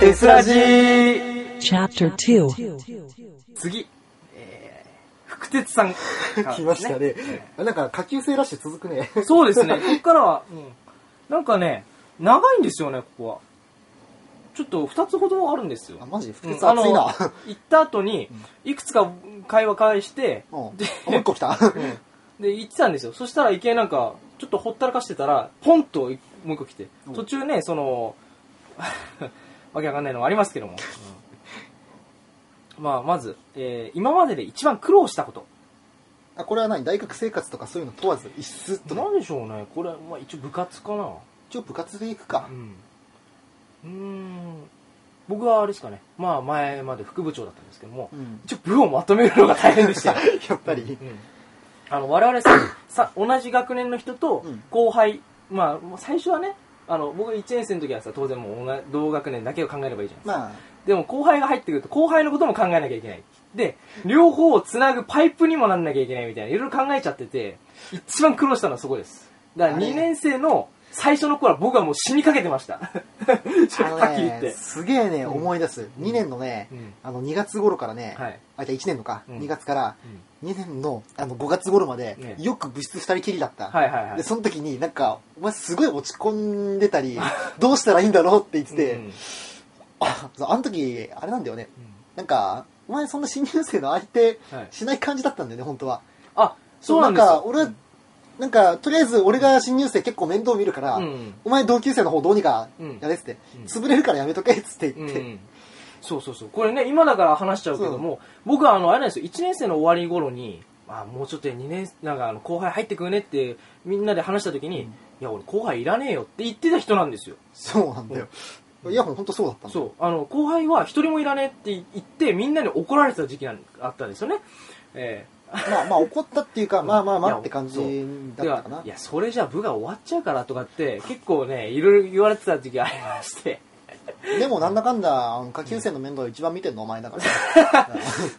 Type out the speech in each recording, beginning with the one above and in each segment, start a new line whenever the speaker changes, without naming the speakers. テスラジー
Chapter 2.
次、えー、福鉄さん、
来ましたね。なんか、下級生ラッシュ続くね。
そうですね、ここからは、うん、なんかね、長いんですよね、ここは。ちょっと2つほどあるんですよ
あ、。マジ
うん
普通暑いな。
あの行った後に、いくつか会話返して、
うん。もう
で
一個来た。
で、行ってたんですよ。そしたら、池江なんか、ちょっとほったらかしてたら、ポンともう一個来て、
うん
途中ね、その、 わけわかんないのもありますけども。まあ、まず、えー今までで一番苦労したこと。
あ、これは何大学生活とかそういうの問わず、一室とね。
なんでしょうね、これ、まあ一応部活かな。
一応部活で行くか
う。ん。うーん。僕はあれですかね、まあ前まで副部長だったんですけども、
うん。
一応部をまとめるのが大変でしたよ。
やっぱり
う。んあの我 々ささ同じ学年の人と
うん
後輩、まあ最初はねあの僕1年生の時はさ当然もう同じ同学年だけを考えればいいじゃないですか、
まあ、
でも後輩が入ってくると後輩のことも考えなきゃいけないで両方をつなぐパイプにもなんなきゃいけないみたいないろいろ考えちゃってて一番苦労したのはそこですだから
あれ
2年生の最初の頃は僕はもう死にかけてました ちょっと はっきり言っ
あの
て、
ねすげえね、思い出す。2年のね
うん、
あの、2月頃からね、
はい
あ、じゃ1年のか。
うん
2月から
うん、
2年の、あの、5月頃ま
ね
で、よく部室2人きりだった。
はいはいはい
で、その時になんか、お前すごい落ち込んでた り、どうしたらいいんだろうって言って
うん
て、あ、そうあの時、あれなんだよね。なんか、お前そんな新入生の相手
はい
しない感じだったんだよね、本当は。
あそうなんです
か、
よ
俺は、なんか、とりあえず俺が新入生結構面倒見るから、
うん
お前同級生の方どうにか
うん
やれっつって、
うん
潰れるからやめとけっつって
う
言って、
ん、そうそうそうこれね今だから話しちゃうけども僕はあのあれなんですよ1年生の終わり頃にあもうちょっとで2年なんかあの後輩入ってくるねってみんなで話した時に、いや俺後輩いらねえよって言ってた人なんですよ
そうなんだよ。いや、ほんとそうだったんだよ。
そうあの後輩は一人もいらねえって言ってみんなに怒られてた時期なんあったんですよねええ
まあまあ怒ったっていうか、まあまあまあって感じ
そう
だったかな
ではい。やそれじゃ部が終わっちゃうからとかって結構ねいろいろ言われてた時期ありまして
でもなんだかんだ、あの下級生の面倒一番見てんのお前だから。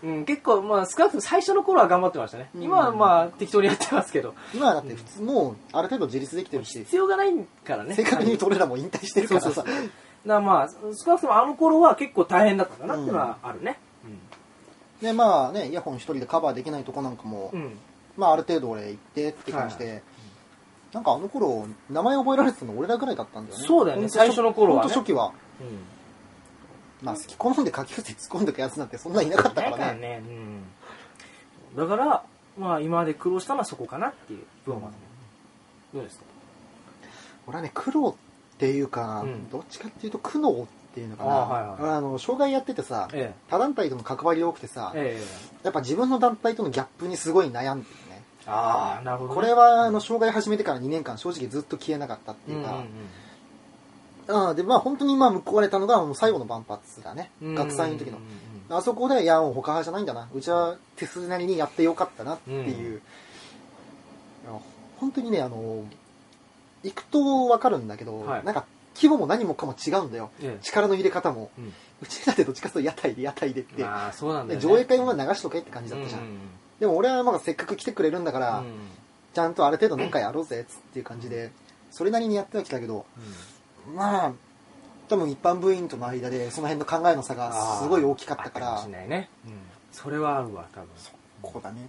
うん、結構、まあ、少なくとも最初の頃は頑張ってましたね。
うん
今はまあ、適当にやってますけど。
今はだって普通、もうある程度自立できてるし、
必要がないからね。
正確に言うと俺らも引退してるから
そう
さ
そう。だからまあ、少なくともあの頃は結構大変だったかなっていうのはあるね。
で、まあね、イヤホン一人でカバーできないとこなんかも、
うん。うん。
まあある程度俺行ってって感じで、なんかあの頃、名前覚えられてたの俺らぐらいだったんだよね。
そうだよね
ほんと
最初の頃は
ほ
ね
んと初期は。
うん。
まあ好き好んで下級生突っ込んでくやつなんてそんないなかった
だ
か
からら
ね。
ね。うん。だから、まあ、今まで苦労したのはそこかなっていう部分は、どうですか
俺はね、苦労っていうか、
うん
どっちかっていうと苦悩っていうのかな。
あはいは
あの、障害やっててさ、
え
他団体との関わりが多くてさ
え。、え
やっぱ自分の団体とのギャップにすごい悩んでるね。
え。ああ、なるほどね、
これは、あの、障害始めてから2年間正直ずっと消えなかったって
うん
いううん
うん、
か、ああで、まあ本当にまあ報われたのが、もう最後の万発だね。
うん
学祭の時の
うんう。ん
あそこで、いや、もう他派じゃないんだな。うちは手筋なりにやってよかったなっていう。いや本当にね、あの、行くとわかるんだけど、
はい
なんか、規模も何もかも違うんだよ。
ええ
力の入れ方も。
うん
うちだってどっちかというと屋台で屋台でって、
まあ、そうなんだ
で
よ、ね。
上映会も流しとけって感じだったじゃん。
うんうん
でも俺はまだせっかく来てくれるんだから、
うん。うん
ちゃんとある程度なんかやろうぜっつっていう感じで、それなりにやってはきたけど、
うん
まあ、多分一般部員との間で、その辺の考えの差がすごい大きかったか
あーあ
ら
たもし、れないね、それはあるわ多分
こうだね。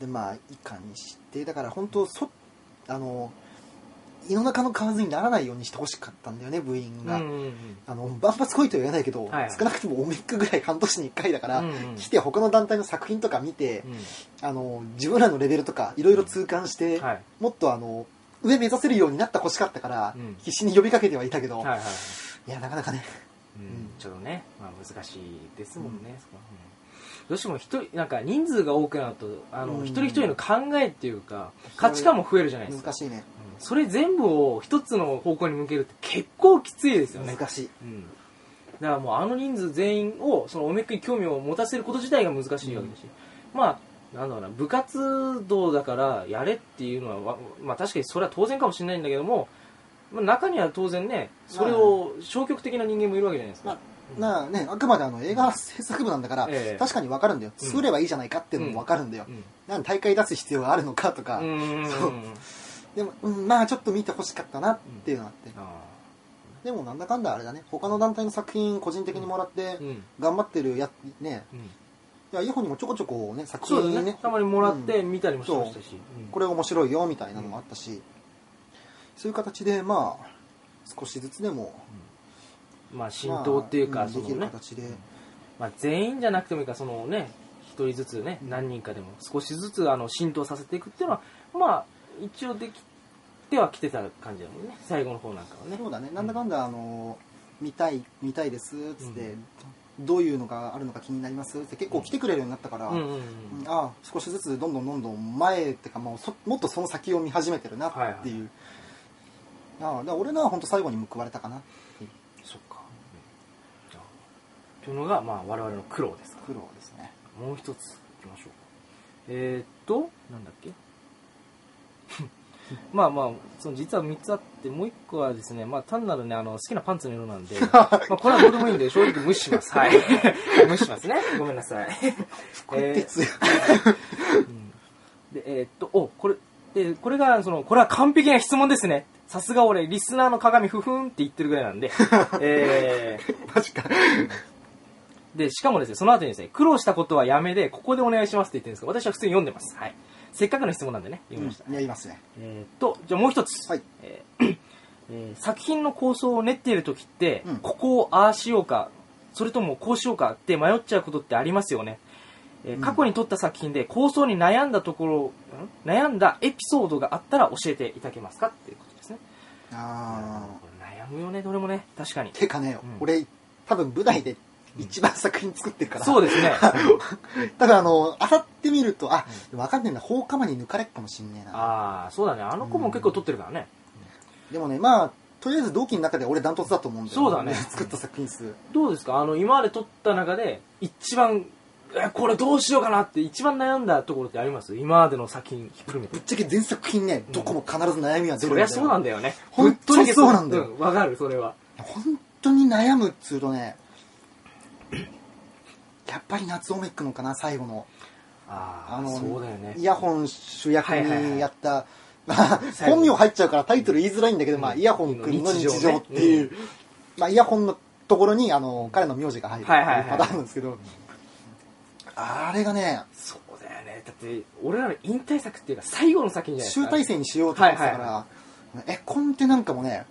で、まあ、以下にして、だから本当、そ、あの、胃の中の蛙にならないようにしてほしかったんだよね、部員が。
うんうんうん
あの、万発来いとは言わないけど、
はいはい
少なくともオミックぐらい半年に1回だから、
うんうん
来て他の団体の作品とか見て、
う
あの、自分らのレベルとか、いろいろ痛感して、
んはい
もっとあの、上目指せるようになってほしかったから、
うん
必死に呼びかけてはいたけど、
はいはいは
い
い、
や、なかなかね、
うん
ん
ちょっとね、まあ、難しいですもんね、そこはうんどうしても一人なんか人数が多くなるとあの、
うん
一人一人の考えっていうか価値観も増えるじゃないですか
難しいね。
うんそれ全部を一つの方向に向けるって結構きついですよね、
難しい。
うん、だからもうあの人数全員をそのおめっくに興味を持たせること自体が難しいわけだし、まあなんだろうな部活動だからやれっていうのはわ、まあ、確かにそれは当然かもしれないんだけども、まあ、中には当然ねそれを消極的な人間もいるわけじゃないですか、
まあなあね、あくまであの映画制作部なんだから、
ええ
確かに分かるんだよ、
うん
作ればいいじゃないかっていうのも分かるんだよ、
うん
なんで大会出す必要があるのかとか、
うん
そうでも、うん、まあちょっと見てほしかったなっていうのがあって、
あ
でもなんだかんだあれだね他の団体の作品個人的にもらって
うん
頑張ってるやね
うん
いやイヤホンにもちょこちょこね作
そうだ
品
ね
ね
たまにもらって見たりもしましたし、うん
これ面白いよみたいなのもあったし、そういう形でまあ少しずつでも
まあ浸透っていうか、
まあん
その
できる
ね、
形で、
まあ、全員じゃなくてもいいからそのね一人ずつね何人かでも少しずつあの浸透させていくっていうのはまあ一応できてはきてた感じだもんね最後の方なんかはね
そうだねなんだかんだあの見たい見たいですっつって、
う
どういうのがあるのか気になりますって結構来てくれるようになったから、
うんうんうん
うんああ少しずつどんどんどんどん前ってかもうそもっとその先を見始めてるなっていう、ああだから俺のは本当最後に報われたかな
そっかというのがまあ我々の苦労ですか
苦労ですね
もう一ついきましょうかえー、っとなんだっけ まあまあその実は3つあってもう1個はですね、まあ、単なるねあの好きなパンツの色なん でまあこれはどうでもいいんで正直無視しますはい無視しますねごめんな さい、えー
鉄
でえーっとおこれでこれがそのこれは完璧な質問ですねさすが俺リスナーの鏡ふふんって言ってるぐらいなんでえ ー
マジか
で、しかもですね、その後にですね、苦労したことはやめで、ここでお願いしますって言ってるんですけど、私は普通に読んでます。はい。せっかくの質問なんでね、読みました。
うんやりますね
えーっと、じゃあもう一つ。
はい
えー えー作品の構想を練っている時って、
うん
ここをああしようか、それともこうしようかって迷っちゃうことってありますよね。えー
うん
過去に撮った作品で構想に悩んだところ、ん悩んだエピソードがあったら教えていただけますかっていうことですね。
ああ
これ悩むよね、どれもね。確かに。
てかね、
うん
俺多分舞台で一番作品作ってるから、
そうで すね。
ただあのあさってみるとあ、わかんねえな放課まで抜かれっかもしんねえな
ああ、そうだね。あの子も結構撮ってるからね。
でもねまあとりあえず同期の中で俺ダントツだと思うんだよ
そうだね
作った作品数
どうですかあの今まで撮った中で一番えこれどうしようかなって一番悩んだところってあります今までの作品ひっくるめて
ぶっちゃけ全作品ねどこも必ず悩みは出る
そ
ん
り
だよ
ゃそうなんだよね
本当にそうなんだよ
ぶっちゃけわ、かるそれは
本当に悩むっつうとねやっぱり夏オメックのかな最後の
ああ
あの
そうだよね
イヤホン主役
はいはいはい
にやった、まあ
最後
本名入っちゃうからタイトル言いづらいんだけど、
うん
まあ、イヤホン君の日常っていう、
日
まあ、イヤホンのところにあの彼の名字が入るって
はいはいはい
いうパターンなんですけど、あれがね
そうだよねだって俺らの引退作っていうか最後の作品じゃないです
集
か
大成にしようと思ってたから、
はいは
絵コンテなんかもね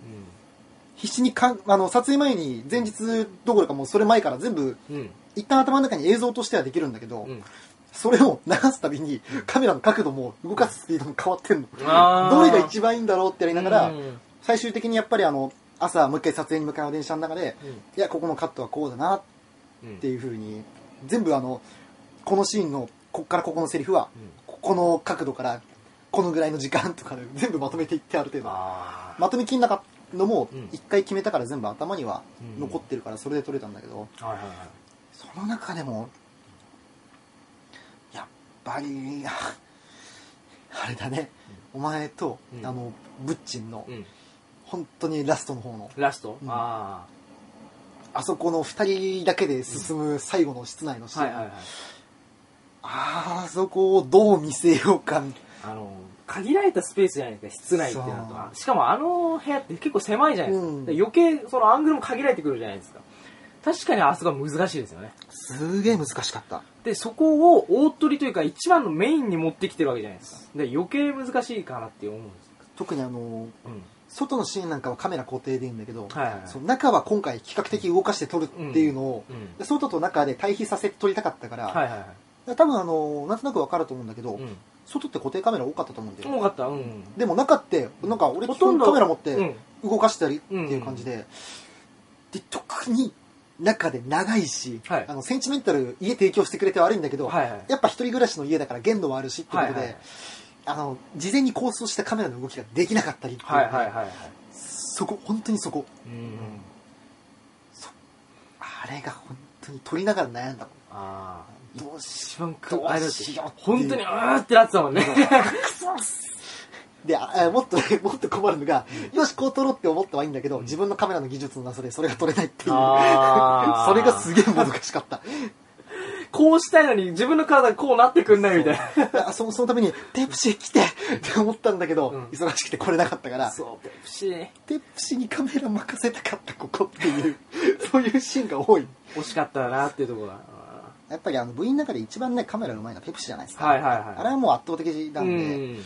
必死にかんあの撮影前に前日どころかもうそれ前から全部
うんうん
一旦頭の中に映像としてはできるんだけど、
うん
それを流すたび にカメラの角度も動かすスピードも変わってんの
あー
どれが一番いいんだろうってやりながら、
うん
最終的にやっぱりあの朝もう一回撮影に向かう電車の中で、
うん
いやここのカットはこうだなっ
うん
ていう風に全部あのこのシーンのこっからここのセリフは、
うん
ここの角度からこのぐらいの時間とかで全部まとめていってある程度
ああ
まとめきんなかったのも
うん
一回決めたから全部頭には
うん
残ってるからそれで撮れたんだけど、
はいはいはい
その中でもやっぱり ああれだね、お前と、
うん
あのブッチンの、
うん
本当にラストの方の
ラスト、
うん
あ
あそこの2人だけで進む最後の室内のシ
あ
ーン、
はいはいはい
あーそこをどう見せようか
あの限られたスペースじゃないですか室内ってなると
そう
しかもあの部屋って結構狭いじゃないですか,、
うん
余計そのアングルも限られてくるじゃないですか確かにあそこは難しいですよね
すげえ難しかった
でそこを大取りというか一番のメインに持ってきてるわけじゃないですかで余計難しいかなって思うんです
特にあの
うん
外のシーンなんかはカメラ固定でいいんだけど、
はいはいはい
その中は今回比較的動かして撮るっていうのを、
うん
で外と中で対比させて撮りたかったから、
はいはいはい
多分あのなんとなくわかると思うんだけど、
うん
外って固定カメラ多かったと思うんだよ
重かったうん
でも中ってなんか俺
ほ
基
と
本
んど
カメラ持っ
う
て
ん
動かしたりっていう感じで、で特に中で長いし、
はい
あのセンチメンタル家提供してくれて悪いんだけど、
はいはい
やっぱ一人暮らしの家だから限度はあるしってことで、
はいはい
あの事前に構想したカメラの動きができなかったりっていう
はいはいはいはい
そこ本当にそこ
うん
あれが本当に撮りながら悩んだも
ああ
んどうし
一番
ど
くあれだ
う
っ
してようっていう
本当にうーってなってたもんね
でああもっと もっと困るのが、よしこう撮ろうって思ったはいいんだけど、自分のカメラ の技術のなさでそれが撮れないっていう
あー
それがすげえ難しかった。
こうしたいのに自分の体がこうなってくんないみたい
あそそのために「ペプシ来て!」って思ったんだけど、
うん
忙しくて来れなかったか
な。
ら
そう、ペプシー。
ペプシにカメラ任せたかったここっていう そういうシーンが多い
惜しかったなっていうところが。
やっぱりあの部員の中で一番ねカメラうまいのはペプシじゃないですか、
はいはい
あ
は
れはもう圧倒的
い。
なんで、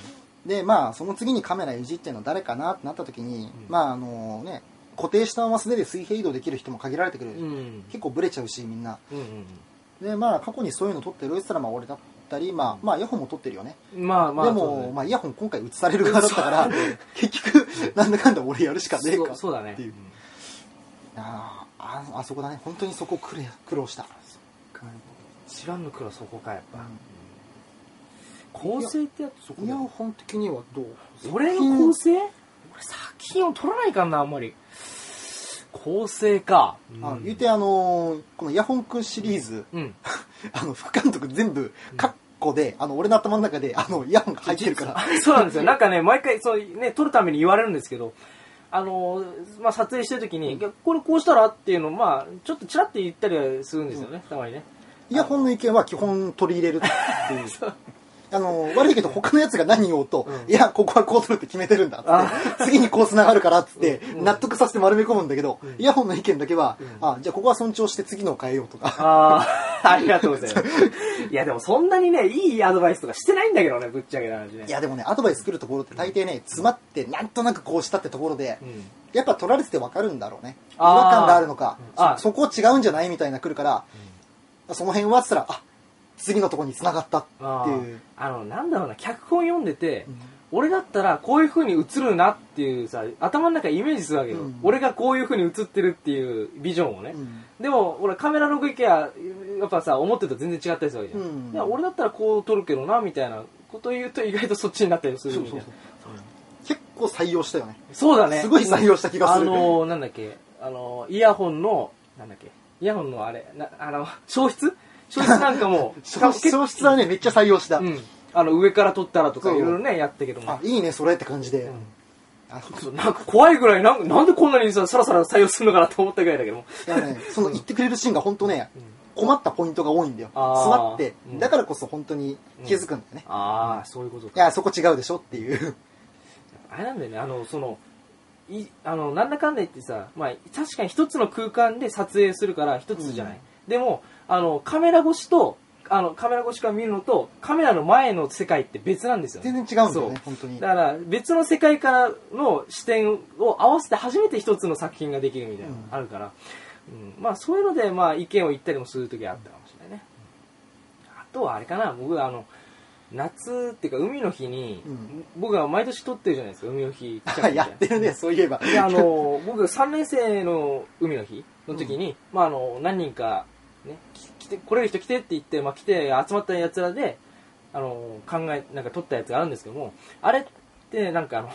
でまあその次にカメラいじってるの誰かなってなった時に、
うん
まああのね固定したまま素手で水平移動できる人も限られてくる、
うん。うん。
結構ブレちゃうしみんな
うん
でまあ過去にそういうの撮ってるやつらまあ俺だったりまあまあイヤホンも撮ってるよね、
うん。まあまあ、
でも、まあイヤホン今回映される側だったから結局なんだかんだ俺やるしか
そう
ね
だね
えか
そうそうだね
っていう。あーああそこだね本当にそこ苦れ苦労した
一番の苦労そこか、やっぱ
うん。
構成ってやつそこ
イ
だ
ヤ
よ
ホン的にはどう
俺の構成俺作品を取らないかんな、あんまり。構成か。
あ
うん
言うてあのーこのイヤホンくんシリーズ、
うん。
あの、副監督全部、カッコで、あの、俺の頭の中で、あの、イヤホンが入ってるから。
そうなんですよ。なんかね、毎回、そう、ね、撮るために言われるんですけど、あのー、まあ、撮影してる時に、いやこれこうしたらっていうのを、まあ、ちょっとチラって言ったりはするんですよね、たまにね。
イヤホンの意見は基本取り入れるって いう。あの、悪いけど他のやつが何言おうと、
うん
いや、ここはこうするって決めてるんだ
あ
っつって、次にこう繋がるからっつって、
うん
納得させて丸め込むんだけど、
ん
イヤホンの意見だけは、
ん
あ、じゃあここは尊重して次のを変えようとか。
あ あ、ありがとうございます。 いや、でもそんなにね、いいアドバイスとかしてないんだけどね、ぶっちゃけな話 ね。
いやでもね、アドバイス作るところって大抵ね、詰まってなんとなくこうしたってところで
う、ん。
やっぱ取られてて分かるんだろうね違
あー
和感があるのか
うんあー
そそこ違うんじゃないみたいな来るから、その辺はっつったらあ次のとこに繋がった
あ
っていう、
あの、なんだろうな、脚本読んでて、
うん
俺だったらこういう風に映るなっていうさ、頭の中イメージするわけよ。
うん
俺がこういう風に映ってるっていうビジョンをね。
うん
でも、俺カメラの動きは、やっぱさ、思ってたら全然違ったりするわけじゃん。
うん
いや、俺だったらこう撮るけどな、みたいなこと言うと意外とそっちになったりするみたいな。
そう結構採用したよね
そうだね。
すごい採用した気がする、
あのー、なんだっけ、あのー、イヤホンの、なんだっけ、イヤホンのあれ、なあの、消失消失なんかも
消消失はねめっちゃ採用した、
うん。あの、上から撮ったらとか
そう
いろいろね、やったけども
あ。いいねそれって感じで、
うん
あ
そうなんか怖いぐらいなん、なんでこんなにさ、さらさら採用するのかなと思ったぐらいだけども。
いやね、その言ってくれるシーンが本当ね、困ったポイントが多いんだよ
あー
詰まって
うん
だからこそ本当に気づくんだよね、
ああ、そういうことか。
いやそこ違うでしょっていう
あれなんだよね、あの、その、いあのなんだかんだ言ってさ、まあ、確かに一つの空間で撮影するから一つじゃない、でもあのカメラ越しとあのカメラ越しから見るのとカメラの前の世界って別なんですよ、ね、
全然違うんだよね
そ
本当に
だから別の世界からの視点を合わせて初めて一つの作品ができるみたいなの
うん
があるから、うんまあ、そういうので、まあ、意見を言ったりもする時はあったかもしれないね、あとはあれかな僕あの夏っていうか海の日に、
うん
僕は毎年撮ってるじゃないですか海の日企画
や
みたいな
ってるねそういえば
であの僕3年生の海の日の時に、まあ、あの何人か、ね、き来て来れる人来てって言って、まあ、来て集まったやつらであの考えなんか撮ったやつがあるんですけどもあれってなんかあの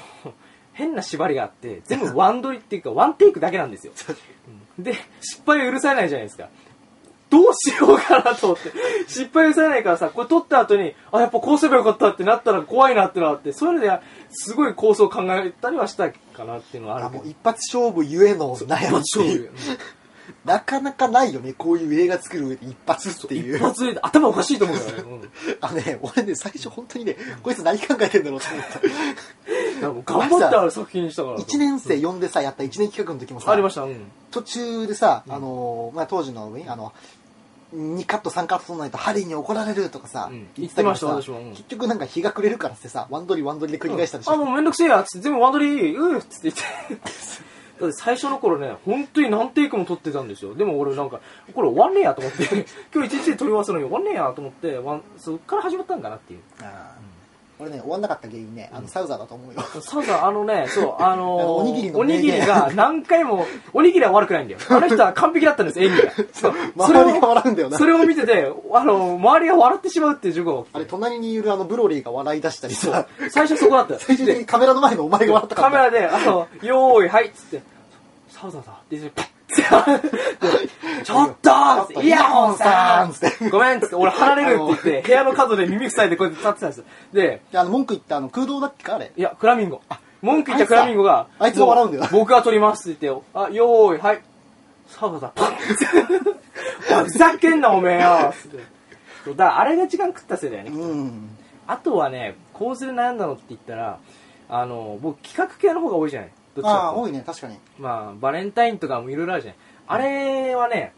変な縛りがあって全部ワン撮りっていうかワンテイクだけなんですよ、うんで失敗を許されないじゃないですかどうしようかなと思って失敗を許されないからさこれ撮った後にあやっぱこうすればよかったってなったら怖いなってのがあってそういうのですごい構想を考えたりはしたかなっていうのはあ
あ
るけ
も
ど
う一発勝負ゆえの悩みっていうなかなかないよねこういう映画作る上で一発ってい
一
う
発で頭おかしいと思うからね。うん
あのね俺ね最初本当にねこいつ何考えてんだろうと思っ
なんか頑張ってある作品にした から。
た1年生呼んでさやった1年企画の時もさ
ありました。うん。
途中でさ、あのまあ、当時の上にあの2カット3カット取らないとハリーに怒られるとかさ、
うん
りも
言ってました私もうん
結局なんか日が暮れるからってさワンドリワンドリで繰り返したでしょ、
あ、もうめんどくせえや、つって全部ワンドリー、うーっつって言って。 だって最初の頃ね、本当に何テイクも撮ってたんですよ。でも俺なんか、これ終わんねえやと思って、 今日一日で撮り終わらせるのに終わんねえやと思って、ワンそっから始まったんだなっていう。
あー俺ね終わんなかった原因ねあのサウザーだと思うよ、
サウザー、あのね、そう、あのー
おにぎりの
お
名言
にぎりが何回も、おにぎりは悪くないんだよ。あの人は完璧だったんです、演技が。そう
周りが笑うんだよな
それを見てて、あの、周りが笑ってしまうっていう授業が起きて
あれ隣にいるあのブロリーが笑い出したり さ
最初そこだったよ。
最終的にカメラの前のお前が 笑ったから
カメラで、あの、 よーい、はいっつって、サウザーだって言って、パッ て、ちょっとイヤホンさん
つって
ごめんっつって、俺離れるっ て言って、部屋の角で耳塞いでこうやって立ってたんですよ。で、
であの文句言ったあの空洞だっけかあれ
いや、クラミンゴ。文句言ったクラミンゴが、
あいつが笑うんだよ
も僕が撮りますって言って、あ、 よーい、はい。サウザー、パッて。おいふざけんな、おめえよ。つってだからあれが時間食ったせいだよね
うん。
あとはね、構図で悩んだのって言ったら、あの、僕企画系の方が多いじゃないどっち
あ
か
あ、
って
多
いうと
いね、確かに。
まあ、バレンタインとかもいろいろあるじゃないあれはね、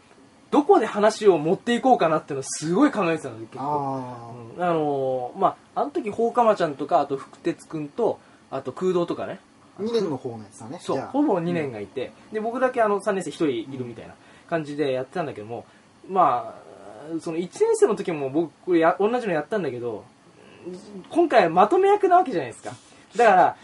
どこで話を持っていこうかなっていうのをすごい考えてたの、結構。
あ
うんあのーまあ、あの時、放火魔ちゃんとか、あと福鉄くんと、あと空洞とかね。
あ、2年の方のやつだね。
そう、
じゃあ
ほぼ2年がいて、で、僕だけあの3年生1人いるみたいな感じでやってたんだけども、まあ、その1年生の時も僕これや同じのやったんだけど、今回はまとめ役なわけじゃないですか。だから、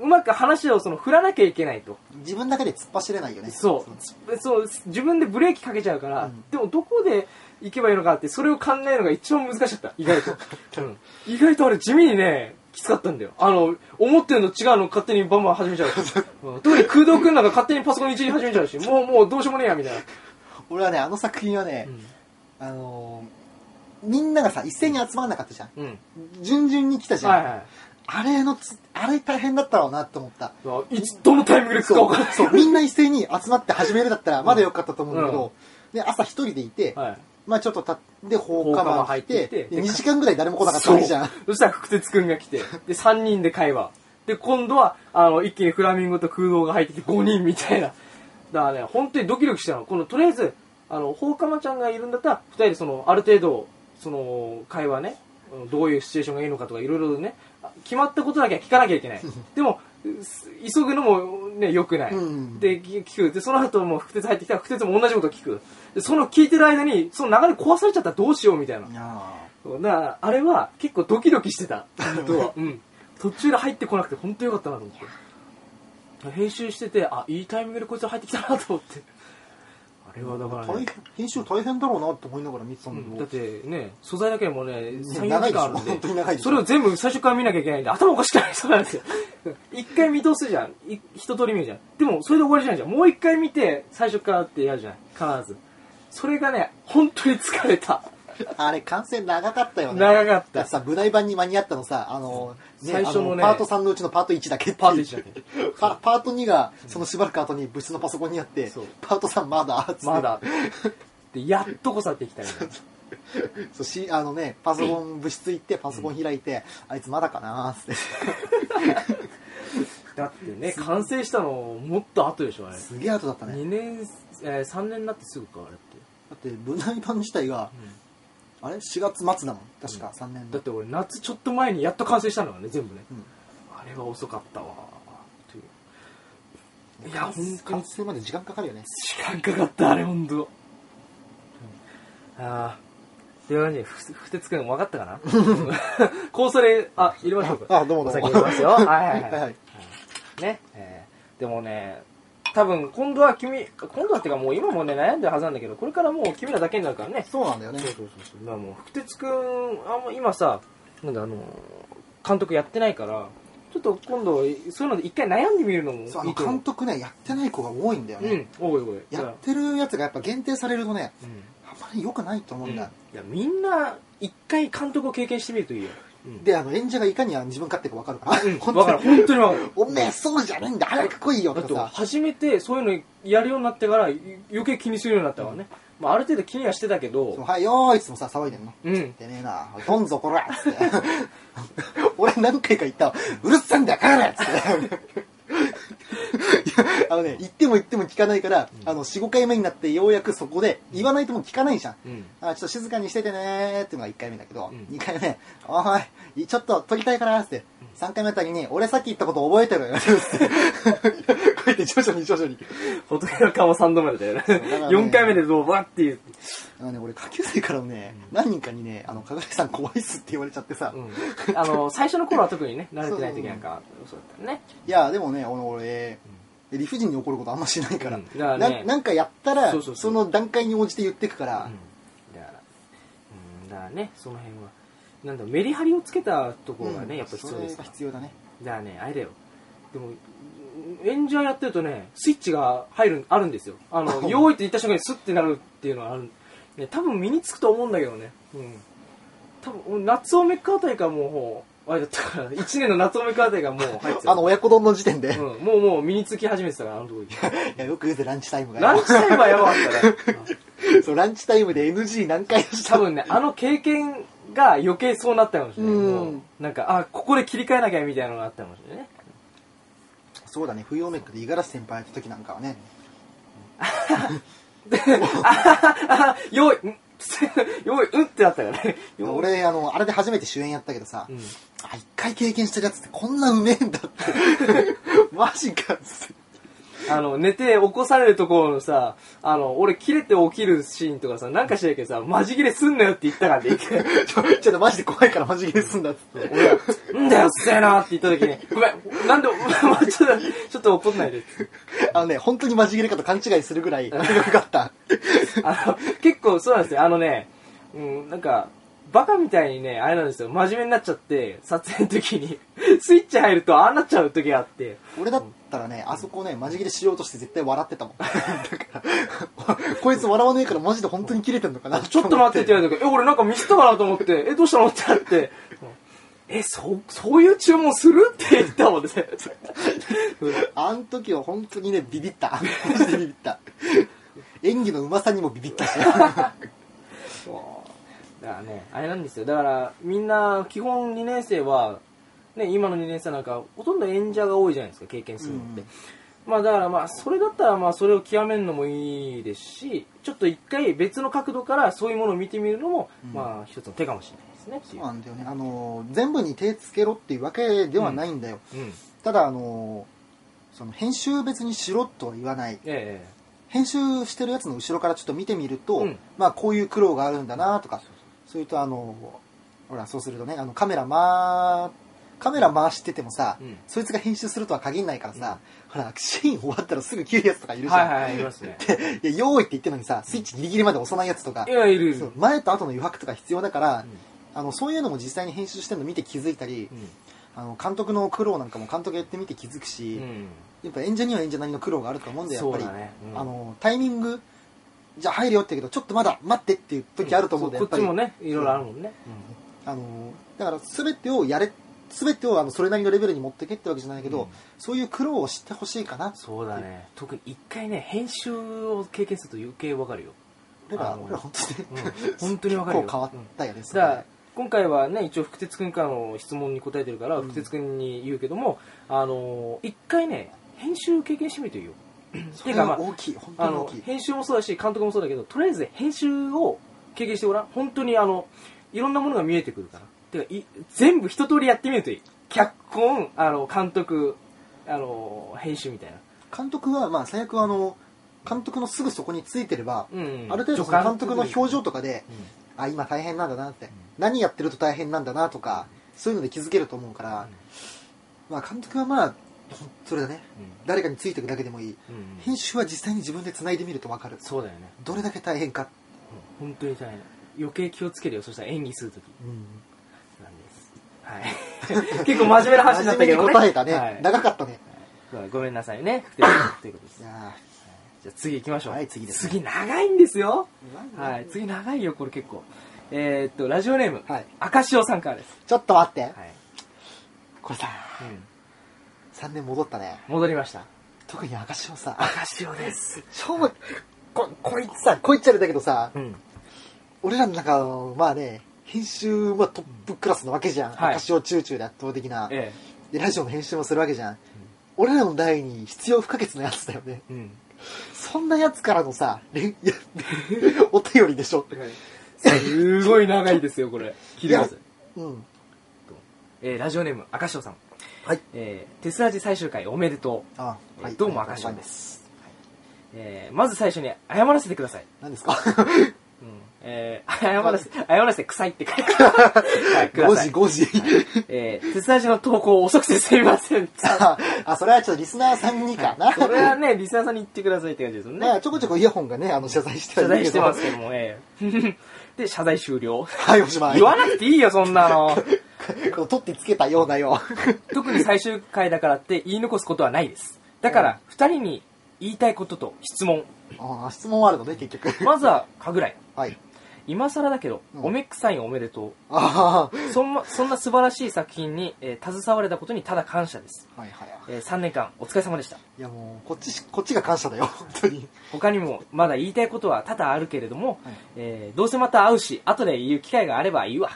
うまく話をその振らなきゃいけないと。
自分だけで突っ走れないよね。
そう
の
でそう、自分でブレーキかけちゃうから、
うん
でもどこで行けばいいのかって、それを考えるのが一番難しかった、意外と。 うん意外とあれ地味にね、きつかったんだよ。あの、思ってるの違うの勝手にバンバン始めちゃう し。うん特に空洞くんなんか勝手にパソコンいじり始めちゃうし、もうもうどうしようもねえや、みたいな。
俺はね、あの作品はね、あのーみんながさ、一斉に集まんなかったじゃん。
うん。うん。
順々に来たじゃん。
はいはい
あれのつ、あれ大変だったろうなって思った。
うわ。いつ、どのタイミングで来るか
そ
分から
う、
ない。
そう、みんな一斉に集まって始めるだったら、まだよかったと思うんだけど、で、朝一人でいて、
はい。
まあちょっとたで、放
放
課
課
ま
も
で入
入っ
ってて
き
2
て、
時間ぐらい誰も来なかったわけじゃん。
そうそしたら福鉄くんが来て、で、3人で会話。で、今度は、あの、一気にフラミンゴと空洞が入ってきて5人みたいな。だからね、本当にドキドキしたの。この、とりあえず、あの、放課まちゃんがいるんだったら、2人でその、ある程度、その、会話ね、うんどういうシチュエーションがいいのかとか、いろいろね、あ決まったことだけは聞かなきゃいけない。でも、す急ぐのもね、良くない。
うん
で、き聞く。で、その後もう、福鉄入ってきたら、福鉄も同じこと聞く。で、その聞いてる間に、その流れ壊されちゃったらどうしようみたいな。
いや
そうだからあれは結構ドキドキしてた本当は、うん、途中で入ってこなくて本当よかったなと思って編集しててあいいタイミングでこいつ入ってきたなと思ってあれはだか ら
ー大
ね
変、編集大変だろうなって思いながら見てたん
う
だけ
ん
ど、
だってね素材だけでもね34
長いで
時
し
間
ょ
あるん
本当に長い
で
でしょ
それを全部最初から見なきゃいけないんで頭おかしくなりそうなんですよ 一回見通すじゃんい一通り見るじゃんでもそれで終わりじゃないじゃんもう一回見て最初からってやるじゃない必ずそれがね本当に疲れた
あれ完成長かったよね。
長かった
だってさ、舞台版に間に合ったのさ、あの、
最初のね
あパート3のうちのパート1だけっていう
パート1だけ
パパート2が、そのしばらく後に部室のパソコンにあって
そう、
パート3まだ、つって
ま。だ。で、やっとこさってきたみたいな。
そうし、あのね、パソコン、部室行って、パソコン開いて、あいつまだかなーっつって。
だってね、完成したのもっと後でしょ、あれ。
すげえ後だったね。
2年、えー、3年になってすぐか、あれって。
だって、舞台版自体が、あれ ?4 月末だもん。確か、3年
だ
の
って俺、夏ちょっと前にやっと完成したのがね、全部ね。
うん
あれは遅かったわ。といういや、本当に
完成まで時間かかるよね。
時間かかった、あれ、本当。うんああ。という感じで、ふ、ふてつくん分かったかな こうそれ、あ、入れましょうか。
あ、どうも
お
どう
先
も。
入れますよ。はいはい
は
はいい
は。い。
ね、えーでもね、多分今度は君、今度はっていうかもう今もね悩んでるはずなんだけど、これからもう君らだけになるからね。
そうなんだよね。
そうそう。まあもう、福鉄くん、あんま今さ、なんだあの、監督やってないから、ちょっと今度、そういうので一回悩んでみるのもいい
そ
と
うあの
思う。
監督ね、やってない子が多いんだよね。
うん、おいおい。
や
だか
ってるやつがやっぱ限定されるとね、
らうん
あんまり良くないと思うん
い
だ
や。、みんな、一回監督を経験してみるといいよ。うん。
で、あの、演者がいかにあの自分勝手か分かるから。
うん、
本
わかる、
当に
本当にわ かる。
おめえそうじゃないんだ、早く来いよ
だ
と
って
かさ。
初めてそういうのやるようになってからい余計気にするようになったわね、まあ、ある程度気にはしてたけ
そう
ど
はい、よーいっつってもさ、騒いでんの。
うん
でねえな、おいどんぞこらっつって。 俺何回か言ったわうるせえんだよ、帰れっつって。いやあのね、言っても言っても聞かないから、あの、4、5回目になってようやくそこで、言わないともう聞かないじゃん。
うん
あちょっと静かにしててねーっていうのが1回目だけど、
うん
2回目、おい、ちょっと撮りたいからーっつって、3回目の時に、俺さっき言ったこと覚え てるよ、つって。こうやって徐々に徐々に。
仏の顔3度目だよね
からね
4回目でどうばっていう、
あのね、俺、下級生からもね、何人かにね、あの、かがさん怖いっすって言われちゃってさ、
うん、あの最初の頃は特にね慣れてない時なんかそうだったね
いや、でもね、あの俺、理不尽に怒ることあんましないから、
うんだからね
ななんかやったら
そ
そう
そうそう
の段階に応じて言ってくから、
うん、だからうんだからねその辺はなんだろうメリハリをつけたところがね、
うん
やっぱ必要で
それ
す
が
から
必要だね。
だからねあれだよでもうん演者やってるとねスイッチが入るあるんですよあ の用意って言った瞬間にスッてなるっていうのはある、ね、多分身につくと思うんだけどねうん多分夏をめっかあたりからもうあれだったから、1年の 夏おめくあたりがもう入ってた。
あの、親子丼の時点で、い
うん、もうもう身につき始めてたから、あ の時。
や、よく言うぜ、ランチタイムが。
ランチタイムはやば かったね。
そう、ランチタイムで NG 何回した
多
の
分ね、あの経験が余計そうなったかもしれない。
うん
もうなんか、あ、ここで切り替えなきゃみたいなのがあったかもしれないね。
そうだね、冬オメックで五十嵐先輩やった時なんかはね、
あ よい、んよい、うんってなったからね。 よい、
俺、あの、あれで初めて主演やったけどさ、
うん。
あ、一回経験してるやつってこんなうめえんだって。 マジかっつって。
あの、寝て起こされるところのさ、あの、俺切れて起きるシーンとかさ、なんかしないけどさ、マジ切れすんなよって言ったからね、 一回。
ちょ、ちょっとマジで怖いからマジ切れすんだっつ って。
俺が、んだよ、うっせえなって言った時に、ごめん、なんで、 まあ、ちょっと、ちょっと怒んないでって。
あのね、本当にマジ切れかと勘違いするぐらい、よかった。
あの、結構そうなんですよ。あのね、うん、なんか、バカみたいにね、あれなんですよ。真面目になっちゃって、撮影の時に、スイッチ入るとああなっちゃう時があって、
俺だったらね、あそこね、マジ切れしようとして絶対笑ってたもん。だから、こいつ笑わねえからマジで本当に切れてんのかな
ちょっと待ってって言われ たから、え、俺なんかミスったかなと思って、え、どうしたのってなって、え、そ、そういう注文するって言ったもん ね。
あん時は本当にね、ビビった。マジでビビった。演技のうまさにもビビったし。
だからね、あれなんですよ。だから、みんな、基本2年生は、ね、今の2年生なんか、ほとんど演者が多いじゃないですか、経験するのって。
うん
まあだからまあ、それだったらまあ、それを極めるのもいいですし、ちょっと一回別の角度からそういうものを見てみるのも、
うん
まあ、一つの手かもしれないですね、って
そ
いうう。
なんだよね。あの、全部に手つけろっていうわけではないんだよ。
うん。
ただ、あの、その編集別にしろとは言わない。
ええ
編集してるやつの後ろからちょっと見てみると、
うん
まあこういう苦労があるんだなとか、そういうとあの、ほら、そうするとね、あのカメラ回、カメラ回しててもさ、
うん
そいつが編集するとは限らないからさ、ほら、シーン終わったらすぐ切るやつとかいるじゃん。
はいはい、います ね。
でいや、用意って言ってるのにさ、スイッチギリギリまで押さないやつとか
い、や、いるいる。
そう前と後の余白とか必要だから
う、ん
あの、そういうのも実際に編集してるの見て気づいたり
う、ん
あの、監督の苦労なんかも監督やってみて気づくし、やっぱ演者には演者なりの苦労があると思うんだよ、やっぱり。
ね、うん
あのタイミングじゃあ入るよって言うけどちょっとまだ待ってっていう時あると思うんだよ、
そこっち
や
も
っぱり
ね、いろいろあるもんね。
あのだから全てをやれ全てをあのそれなりのレベルに持ってけってわけじゃないけど、
うん
そういう苦労を知ってほしいかな
そうだね。特に一回ね、編集を経験すると余計わかるよ。
俺ら
あの
俺ら本当
う
に
ん
ね、
本当にわかるよ。
こう変わったよね、
うん
そ
だ
れね
から今回はね、一応、福哲くんからの質問に答えてるから、
うん
福哲くんに言うけども、あの、一回ね、編集経験してみてよ。
そ
て
れ
か、ま
は大きい本当
あ、あ
に大
の
きい、
編集もそうだし、監督もそうだけど、とりあえず編集を経験してごらん。本当に、あの、いろんなものが見えてくるから。てか、い全部一通りやってみるといい。脚本、あの、監督、あの、編集みたいな。
監督はまあ最悪はあの監督のすぐそこについてれば、
うん
ある程度その監督の表情とかで、
うん
あ今大変なんだなって、何やってると大変なんだなとかそういうので気づけると思うから、まあ監督はまあほんそれだね誰かについていくだけでもいい
うんうん
編集は実際に自分で繋いでみると分かる
そうだよね、
どれだけ大変か、
うん本当に大変余計気をつけるよそしたら演技するとき
うん、
なんですはい 結構真面目な話にな
真面
った
目
け
に
どね
答えたね、
はい
長かったね
はいごめんなさいね不定期ということです
い
じゃ
や
あ次行きましょう
はい次です
次長いんですよ
ー
はい次長いよこれ結構えー、っとラジオネーム、
はい
赤潮さんからです、
ちょっと待って、
はい
これさ
うん
3年戻ったね
戻りました
特に赤潮さ
赤潮です
正直ここいつさこいつあれだけどさ
うん
俺らの中のまあね編集はトップクラスなわけじゃん、
はい
赤潮中中で圧倒的な、
え
でラジオの編集もするわけじゃん、俺らの代に必要不可欠なやつだよね
えうん
そんなやつからのさ、れんいや お便りでしょ。
すごい長いですよこれ聞いてください
うん。
えーラジオネーム赤潮さん、
はい
えー、テスラジ最終回おめでとう、
あ
えーどうも赤
ちゃ
潮
ん。
ですえーまず最初に謝らせてください、
何ですか
うんえー謝らせ謝らせて臭いって書いてある、 はい、くだ
?5
さ
時、
い、
5時。
えー、テスラジの投稿遅くてすいません
あ、あそれはちょっとリスナーさんにかな。
それはねリスナーさんに言ってくださいって感じですよ
ま
ね
あ、ちょこちょこイヤホンがね、あの、謝罪して
謝
はいる
罪し
け
て
ど
ますけども、えー で謝罪終了
はい、おしまい。
言わなくていいよそんなの
この取ってつけたようなよ。
特に最終回だからって言い残すことはないですだから2人に言いたいことと質問
あ質問あるのね、結局。
まずは神楽井
はい。
今更だけど、
うん
おめくさんおめでと
あ
うそん,、ま、そんな素晴らしい作品に、えー携われたことにただ感謝です、
あ、はいはいはい。
え3年間お疲れ様でした
いやもう、こっちし、こっちが感謝だよ、本当に。
他にもまだ言いたいことは多々あるけれども、
はい
えーどうせまた会うし後で言う機会があれば言うわ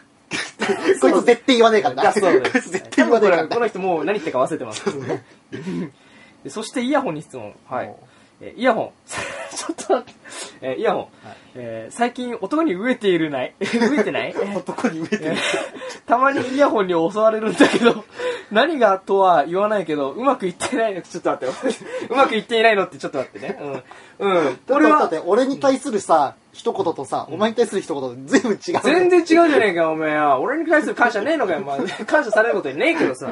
こいつ絶対言わねえからな。
だそうです
こいつ絶対言わねえから
多分これこの人もう何言ってるか忘れてます でそしてイヤホンに質問
も
はいうえーイヤホン ちょっと待って、えーイヤホン、
はい
えー最近男に飢えているない 飢えてない
男に飢えて
え
る
ー。たまにイヤホンに襲われるんだけど、 何がとは言わないけど、うまくいってないの、ちょっと待ってよ。うまくいっていないのってちょっと待ってね。うん。うん。こ
俺
れ
は、だっ
は
て、俺に対するさ、一言とさ、お前に対する一言、全部違う。
全然違うじゃねえかよ、おめえは。俺に対する感謝ねえのかよ、まあ、 感謝されることにねえけどさ。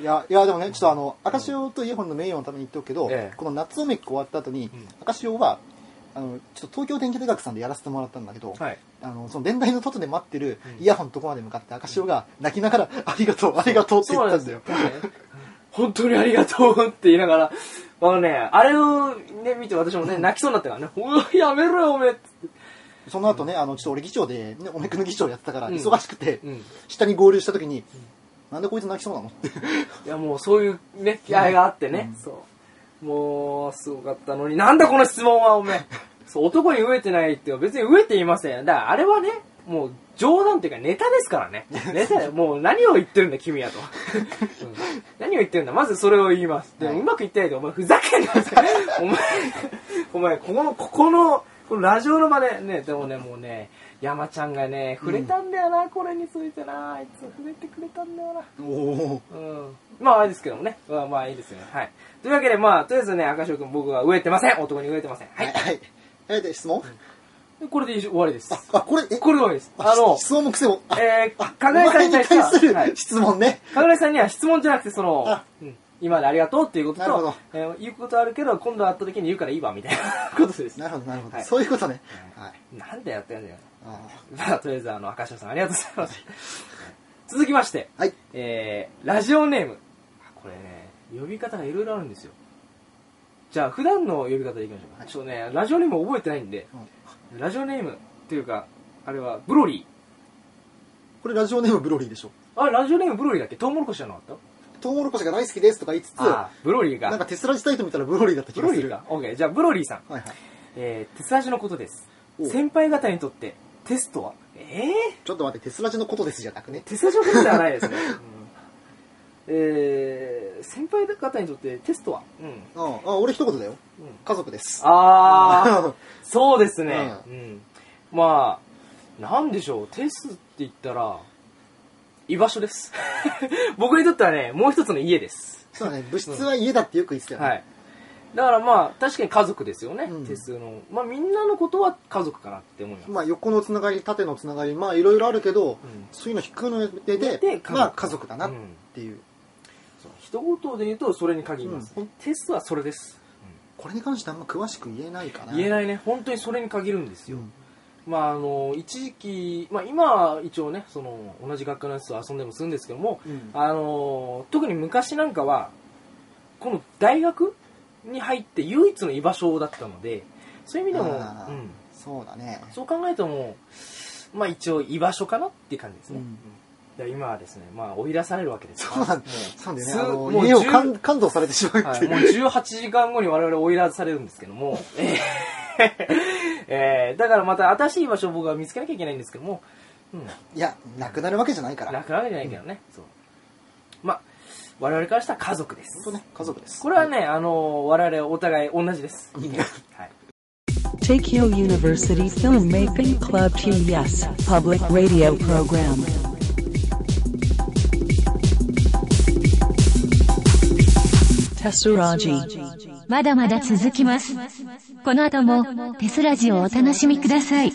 いや、いや、でもね、ちょっとあの、赤潮とイヤホンの名誉のために言っておくけど、
ええ
この夏オメック終わった後に、赤潮は、あの、ちょっと東京電機大学さんでやらせてもらったんだけど、
はい。
あの、その電台の外で待ってるイヤホンのとこまで向かって赤潮が泣きながら、ありがとう、ありがとうって言
そう
っ
な
た
ん
ん
です
だ
よ
よ。。
本当にありがとうって言いながら、あのね、あれをね、見て私もね、泣きそうになったからね、おいやめろよ、おめえって。
その後ね、あの、ちょっと俺議長で、ね、おめくの議長やってたから、
うん
忙しくて、
うん。
下に合流した時に、なんでこいつ泣きそうなのって。
いやもうそういうね、気合があってね、そう。もう、すごかったのに、なんだこの質問は、おめえ。そう、男に飢えてないって、別に飢えていません。だからあれはね、もう冗談というかネタですからね。ネタだよ。もう何を言ってるんだ、君はと。うん何を言ってるんだ、まずそれを言います。で
は
も
いう
まくいってないで、お前ふざけんなって。お前、お前、ここの、ここの、このラジオの場で、ね、でもね、もうね、山ちゃんがね、触れたんだよな、これについてな、あいつ触れてくれたんだよな。
おお
うんまあ、あれですけどもね。まあ、まあ、いいですよね。はい。というわけで、まあ、とりあえずね、赤潮君、僕は飢えてません。男に飢えてません。
は
は
い、
い。
はい。え、で、質問
これで終わりです。
あ、これ、え、
これで終わりです。あの、
質問も癖も。あ
え
あ
ー、かぐれさんに対しては
お前に
は
対
い
する質問ね。
かぐれさんには質問じゃなくて、その
あ、
うん今までありがとうっていうこと
なるほ
と
ど、
えー言うことあるけど、今度会った時に言うからいいわ、みたいなことです。
なるほど、なるほど。
はい
そういうことね。はい。
なんだよってんだよ。
あ
まあ、とりあえず、あの、赤潮さん、ありがとうございます。続きまして、
ーはい。
えー、ラジオネーム。あこれね、呼び方がいろいろあるんですよ。じゃあ、普段の呼び方でいきましょうか。
はい
ちょっとね、ラジオネーム覚えてないんで、ラジオネームっていうか、あれは、ブロリ
これラジオネームブロリーでしょ。
ー。あ、ラジオネームブロリーだっけトウモロコシじゃなかった
トウモロコシが大好きですとか言いつつ、
あー、ブロリー
なん
が。
かテスラジサイト見たらブロリーだった気
ブ
が
ロ
す
リー
る。
が。オッケー、じゃあ、ブロリーさん。
はいはい。
えー、テスラジのことです
お。
先輩方にとって、テストはえー、
ちょっと待って、テスラジのことですじゃなくね。
手差しのことではない ですね、えー、先輩方にとってテストは、うんうん、
うん、あ俺一言だよ。家族です。
ああそうですね、う
うん
まあなんでしょうテスって言ったら居場所です 僕にとってはねもう一つの家です
そうだね、物質は家だってよく言ってたよね。
はいだからまあ確かに家族ですよね、
うん
テスのまあみんなのことは家族かなって思います
まあ横のつながり、縦のつながり、まあいろいろあるけど、
ん
そういうの引くのでで、
で
まあ家族だなっ
うん
ていう。
一言で言うとそれに限ります、
うん
テストはそれです
これに関してあんま詳しく言えないかな。
言え
い
ないね本当にそれに限るんですよ、
うん
まああの一時期、まあ、今は一応ねその同じ学科のやつと遊んでもするんですけども、
うん
あの特に昔なんかはこの大学に入って唯一の居場所だったのでそういう意味でも、
あー
うん
そうだね。
そう考えてもまあ一応居場所かなっていう感じですね、
うん
うんだから今はですねまあ追い出されるわけですよ
そうなん
も
だそうなんだ
す
よね。あの
もう
家を
十
感感動されてしまうっ
は
て
い、
いう。
もう18時間後に我々追い出されるんですけども、えー えーだからまた新しい場所を僕は見つけなきゃいけないんですけども、うん、
いや、なくなるわけじゃないから。
楽なわけじゃないけどね、そうまあ我々からしたら家族で
本
す
当ね、家族です。
これはね、あの我々お互い同じです、
うん
はい、
Tokyo University Filmmaking Club TES Public Radio Program. Tesseraji.
まだまだ続きます。この後もテスラジをお楽しみください。